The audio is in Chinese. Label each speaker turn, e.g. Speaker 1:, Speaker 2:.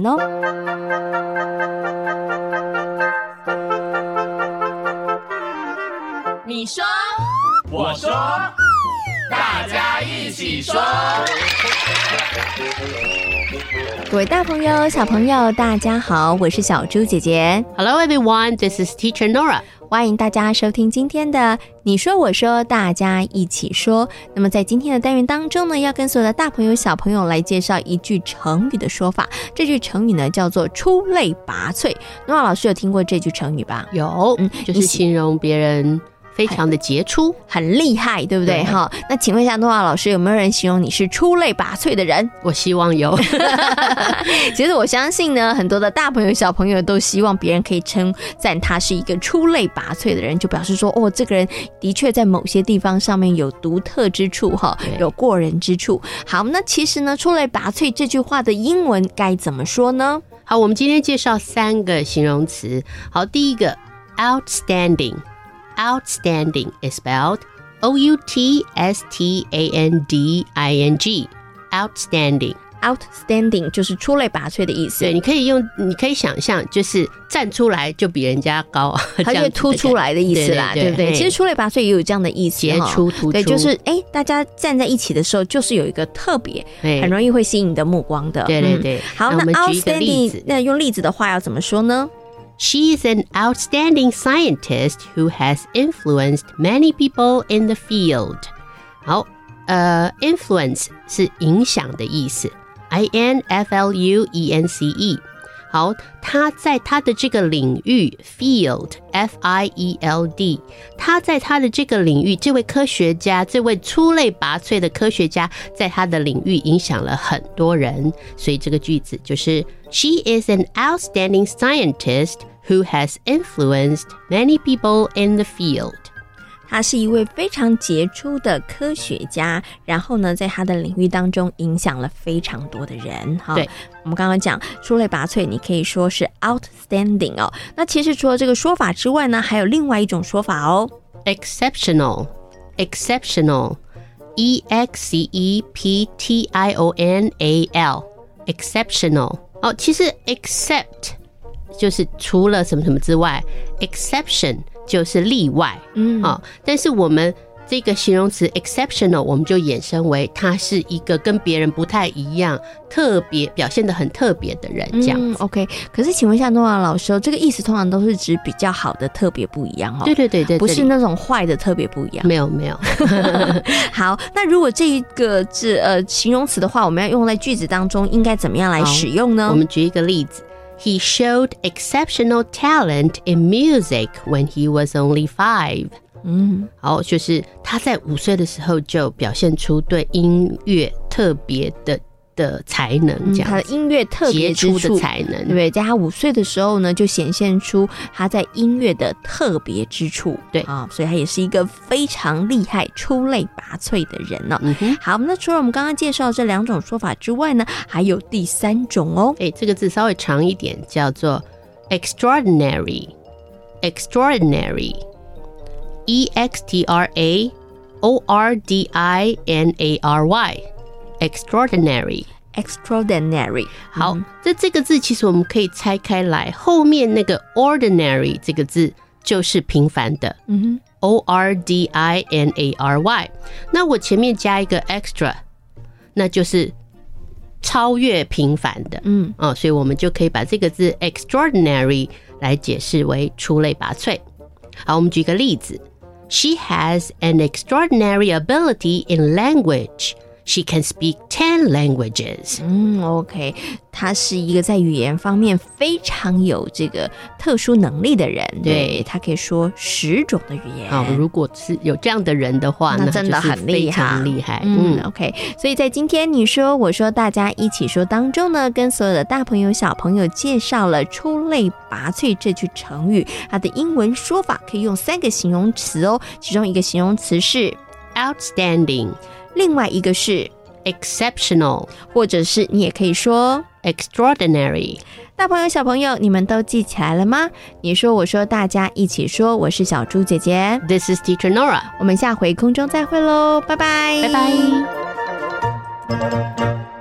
Speaker 1: 喏、
Speaker 2: 你说
Speaker 3: 我说，大家一起说。
Speaker 1: 各位大朋友、小朋友，大家好，我是小猪姐姐，
Speaker 2: ，Hello everyone, this is Teacher Nora。
Speaker 1: 欢迎大家收听今天的《你说我说》，大家一起说。那么在今天的单元当中呢，要跟所有的大朋友、小朋友来介绍一句成语的说法。这句成语呢叫做“出类拔萃”。诺瓦老师有听过这句成语吧？
Speaker 2: 有，
Speaker 1: 嗯
Speaker 2: 就
Speaker 1: 你
Speaker 2: 是
Speaker 1: 喜
Speaker 2: 形容别人非常的杰出。
Speaker 1: 很厉害，对不对？
Speaker 2: 对
Speaker 1: 哈，那请问一下诺瓦老师，有没有人形容你是出类拔萃的人？
Speaker 2: 我希望有，
Speaker 1: 其实我相信呢，很多的大朋友、小朋友都希望别人可以称赞他是一个出类拔萃的人，就表示说，哦，这个人的确在某些地方上面有独特之处，哈，
Speaker 2: 对
Speaker 1: 有过人之处。好，那其实呢，出类拔萃这句话的英文该怎么说呢？
Speaker 2: 好，我们今天介绍三个形容词。好，第一个 outstanding。outstanding is spelled O U T S T A N D I N G。outstanding，
Speaker 1: Outstanding 就是出类拔萃的意思
Speaker 2: 对，，你可以用，你可以想象，就是站出来就比人家高，啊
Speaker 1: 它就
Speaker 2: 这样
Speaker 1: 是
Speaker 2: 子
Speaker 1: 突出来的意思啦，对
Speaker 2: 对对对
Speaker 1: 不对？
Speaker 2: 嘿
Speaker 1: 其实出类拔萃也有这样的意思，
Speaker 2: 杰
Speaker 1: 哈
Speaker 2: 出突出，
Speaker 1: 对，就是哎，大家站在一起的时候，就是有一个特别，
Speaker 2: 对
Speaker 1: 很容易会吸引你的目光的。
Speaker 2: 对
Speaker 1: 嗯
Speaker 2: 对对。
Speaker 1: 好，
Speaker 2: 那
Speaker 1: 那
Speaker 2: 我们举一个例
Speaker 1: outstanding，
Speaker 2: 子
Speaker 1: 那用例子的话要怎么说呢？
Speaker 2: ，She is an outstanding scientist who has influenced many people in the field。好，呃，influence 是影响的意思，I N F L U E N C E。好，他在他的这个领域 field F I E L D，他在他的这个领域，这位科学家，这位出类拔萃的科学家，在他的领域影响了很多人。所以这个句子就是：She is an outstanding scientist who has influenced many people in the field。
Speaker 1: 他是一位非常杰出的科学家，然后呢，在他的领域当中影响了非常多的人。哈
Speaker 2: 对，
Speaker 1: 我们刚刚讲出类拔萃，你可以说是 outstanding 哦。那其实除了这个说法之外呢，还有另外一种说法哦。
Speaker 2: exceptional, exceptional, e x c e p t i o n a l, exceptional。哦，其实 except 就是除了什么什么之外，exception 就是例外。
Speaker 1: 嗯
Speaker 2: 哦，但是我们这个形容词 exceptional，我们就衍生为它是一个跟别人不太一样、特别表现的很特别的人，这样。
Speaker 1: 嗯、OK，可是请问一下诺瓦老师、哦，这个意思通常都是指比较好的特别不一样哦，
Speaker 2: 对对对对，
Speaker 1: 不
Speaker 2: 这
Speaker 1: 是
Speaker 2: 里
Speaker 1: 那种坏的特别不一样。
Speaker 2: 没有没有，
Speaker 1: 好，那如果这一个字呃形容词的话，我们要用在句子当中，应该怎么样来
Speaker 2: 好
Speaker 1: 使用呢
Speaker 2: 我？们举一个例子，He showed exceptional talent in music when he was only five。
Speaker 1: 嗯，
Speaker 2: 好，就是他在五岁的时候就表现出对音乐特别的的才能，这
Speaker 1: 他嗯的
Speaker 2: 样子、
Speaker 1: 音乐特别
Speaker 2: 杰
Speaker 1: 之
Speaker 2: 出的
Speaker 1: 处。
Speaker 2: 才
Speaker 1: 对
Speaker 2: 能
Speaker 1: 不。对？在他五岁的时候呢，就显现出他在音乐的特别之处。
Speaker 2: 对
Speaker 1: 啊、所以他也是一个非常厉害、出类拔萃的人呢、
Speaker 2: 嗯哼，
Speaker 1: 好，那除了我们刚刚介绍这两种说法之外呢，还有第三种哦。
Speaker 2: 哎，这个字稍微长一点，叫做 extraordinary。extraordinary。E X T R A O R D I N A R Y。extraordinary。
Speaker 1: extraordinary，
Speaker 2: 好，
Speaker 1: 嗯
Speaker 2: 这这个字其实我们可以拆开来，后面那个 ordinary 这个字就是平凡的
Speaker 1: 嗯
Speaker 2: ，o r d i n a r y。那我前面加一个 extra，那就是超越平凡的。
Speaker 1: 嗯，
Speaker 2: 哦，所以我们就可以把这个字 extraordinary 来解释为出类拔萃。好，我们举个例子，She has an extraordinary ability in language. She can speak ten languages.
Speaker 1: 嗯，OK，他是一个在语言方面非常有这个特殊能力的人，
Speaker 2: 对
Speaker 1: 他可以说十种的语言。
Speaker 2: 好，如果是有这样的人的话，
Speaker 1: 那
Speaker 2: 那
Speaker 1: 真的
Speaker 2: 就是
Speaker 1: 很
Speaker 2: 非
Speaker 1: 厉害，
Speaker 2: 常厉害。
Speaker 1: 嗯
Speaker 2: 嗯，
Speaker 1: ，OK，所以在今天你说我说大家一起说当中呢，跟所有的大朋友小朋友介绍了“出类拔萃”这句成语，它的英文说法可以用三个形容词哦，其中一个形容词是，
Speaker 2: ，outstanding,
Speaker 1: 另外一个是，
Speaker 2: exceptional,
Speaker 1: 或者是你也可以说
Speaker 2: extraordinary。
Speaker 1: 大朋友、小朋友，你们都记起来了吗？你说，我说，大家一起说，我是小猪姐姐。
Speaker 2: This is Teacher Nora.
Speaker 1: 我们下回空中再会喽，拜拜，
Speaker 2: 拜拜。